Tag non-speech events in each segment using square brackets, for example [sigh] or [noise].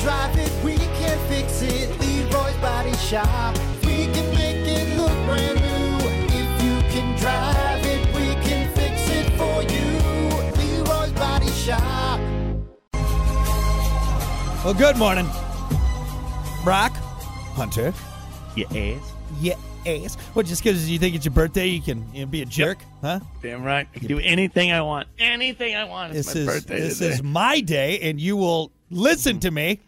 drive it, we can fix it. Leroy's Body Shop. We can make it look brand new. If you can drive it, we can fix it for you. Leroy's Body Shop. Well, good morning, Brock. Hunter. You ass. Yeah, ass. What, just because you think it's your birthday, you can you know, be a jerk, huh? Damn right. I can do anything I want. Anything I want. It's This my is birthday this today. is my day, and you will listen to me.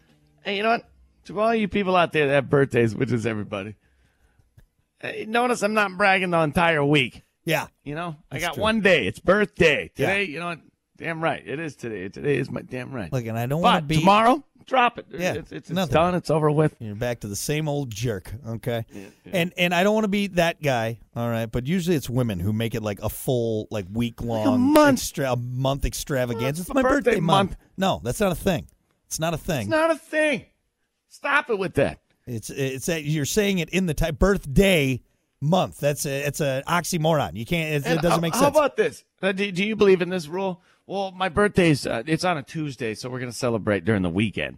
Hey, you know what? To all you people out there that have birthdays, which is everybody, hey, notice I'm not bragging the entire week. Yeah, You know, I That's got true. one day. It's birthday Yeah. today. You know what? Damn right. It is today. Today is my damn right. look, and I don't want to but be. tomorrow, drop it. Yeah, it's, it's, it's nothing. done. It's over with. You're back to the same old jerk, okay? And and I don't want to be that guy, all right? But usually it's women who make it like a full, like week long, month. extra, a month extravaganza. it's a my birthday month. month. No, that's not a thing. It's not a thing. It's not a thing. Stop it with that. It's it's that you're saying it in the type birthday month. That's a, it's a oxymoron. You can't. It, it And doesn't how- make How sense. about this? Uh, do, do you believe in this rule? Well, my birthday's uh, it's on a Tuesday, so we're gonna celebrate during the weekend.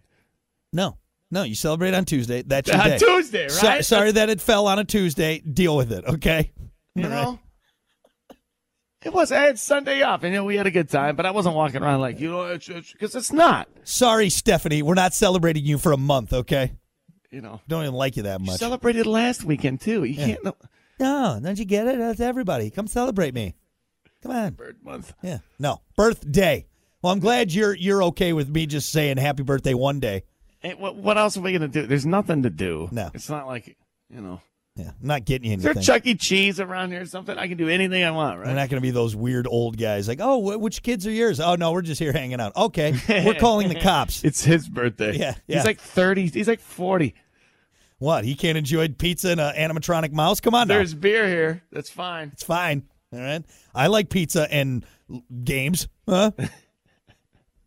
no, no. You celebrate on Tuesday. That's your [laughs] On day. Tuesday, right? So- sorry that it fell on a Tuesday. Deal with it. Okay. You All right. know, it was I had Sunday off, and you know we had a good time, but I wasn't walking around like you know because it's, it's not. Sorry, Stephanie. We're not celebrating you for a month. Okay. You know, Don't even like you that you much. celebrated last weekend too. You can't no, no, don't you get it? That's everybody. Come celebrate me. Come on. bird month. Yeah. No birthday. Well, I'm glad you're you're okay with me just saying happy birthday one day. And what, what else are we gonna do? There's nothing to do. No. it's not like you know. Yeah. I'm not getting you Is anything. there Chuck E. Cheese around here or something? I can do anything I want, We're right? not going to be those weird old guys like, oh, wh- which kids are yours? Oh, no, we're just here hanging out. Okay, [laughs] we're calling the cops. It's his birthday. Yeah, yeah. He's like 30. He's like 40. What? He can't enjoy pizza and an animatronic mouse? Come on, now. There's beer here. That's fine. It's fine. All right. I like pizza and l- games. [laughs] Huh?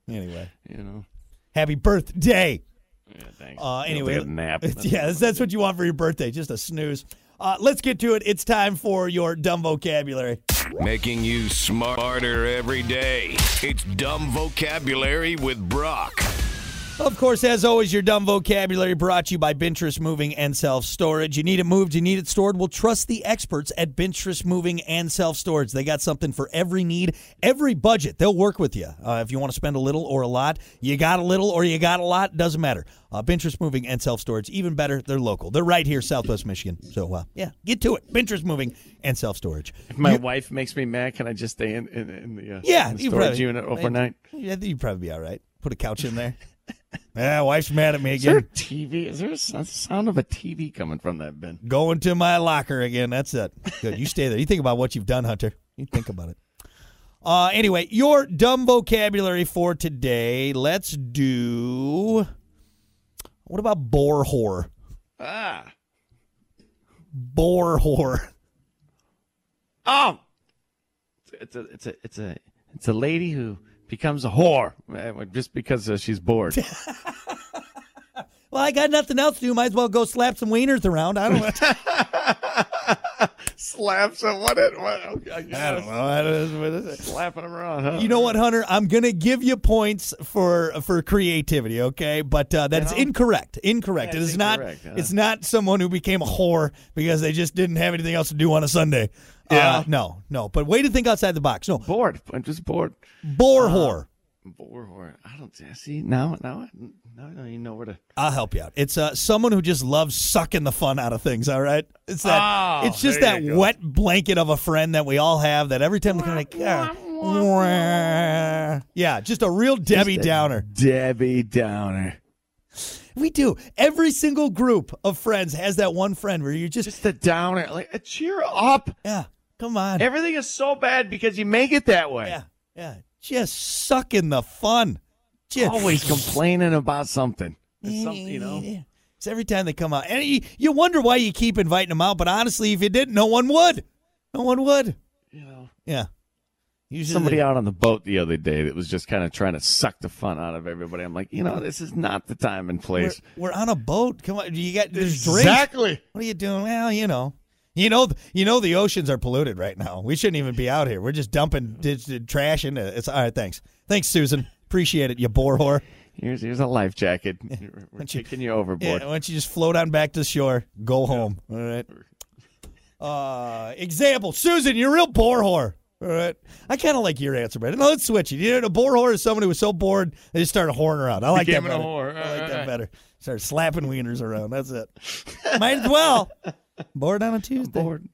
anyway, You know. happy birthday. Yeah, thanks. Uh, You know, anyway, take a [laughs] nap. yeah, that's, that's what you want for your birthday, just a snooze. Uh, let's get to it. It's time for your dumb vocabulary. Making you smarter every day. It's Dumb Vocabulary with Brock. Of course, as always, your dumb vocabulary brought to you by Binterest Moving and Self Storage. You need it moved, you need it stored. Well, trust the experts at Binterest Moving and Self Storage. They got something for every need, every budget. They'll work with you. Uh, if you want to spend a little or a lot, you got a little or you got a lot, doesn't matter. Uh, Binterest Moving and Self Storage, even better, they're local. They're right here, Southwest Michigan. So, uh, yeah, get to it. Binterest Moving and Self Storage. If my wife makes me mad, can I just stay in, in, in the, uh, Yeah, in the you storage probably- unit overnight? Yeah, you'd probably be all right. Put a couch in there. Yeah, wife's mad at me Is there a again. TV? Is there a s- a sound of a TV coming from that bin? Going to my locker again. That's it. Good. You stay there. You think about what you've done, Hunter. You think about it. Uh, anyway, your dumb vocabulary for today. Let's do. What about bore whore? Ah. Bore whore. Oh. It's a, it's a, it's a, it's a lady who becomes a whore uh, just because uh, she's bored. Well, I got nothing else to do. Might as well go slap some wieners around. I don't know. [laughs] Slaps him. What it? What, I don't know. I don't know. Slapping him around, huh? You know what, Hunter? I'm gonna give you points for for creativity, okay? But uh, that's incorrect. Incorrect. it That's is not. incorrect, huh? It's not someone who became a whore because they just didn't have anything else to do on a Sunday. Uh, Yeah. no, no. But way to think outside the box. No, bored. I'm just bored. bore uh-huh. whore. Boar horn. I don't see now. Now, now I don't even know where to. I'll help you out. It's uh, someone who just loves sucking the fun out of things. All right, it's that. Oh, it's just there that you go. wet blanket of a friend that we all have. That every time we come like, "Ah, wah." yeah, just a real Debbie Downer. Debbie Downer. We do. Every single group of friends has that one friend where you're just, Just the downer. Like uh, cheer up. yeah, come on. Everything is so bad because you make it that way. yeah, yeah. Just sucking the fun. Just Always [laughs] complaining about something. It's some- you know. Yeah. It's every time they come out. And you, you wonder why you keep inviting them out, but honestly, if you didn't, no one would. No one would. You know. Yeah. Usually Somebody they- out on the boat the other day that was just kind of trying to suck the fun out of everybody. I'm like, you know, this is not the time and we're, place. we're on a boat. Come on. You got there's drinks. Exactly. What are you doing? Well, you know. You know, you know the oceans are polluted right now. We shouldn't even be out here. uh, We're just dumping dig- dig- trash into It's all right. Thanks, thanks, Susan. Appreciate it, you bore whore. Here's here's a life jacket. [laughs] We're- [laughs] We're taking you overboard. Yeah, why don't you just float on back to shore? Go home. All right. Uh, example, Susan, you're a real bore whore. All right. I kind of like your answer better. No, let's switch it. You know, a bore whore is someone who was so bored they just started whoring around. I like that Became a better. whore. I like All that right. better. Start slapping wieners around. That's it. Might as well. Bored on a Tuesday. Bored.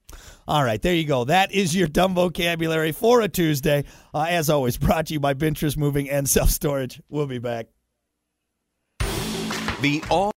All right, there you go. That is your dumb vocabulary for a Tuesday. Uh, as always, brought to you by Ventress Moving and Self Storage. We'll be back. The all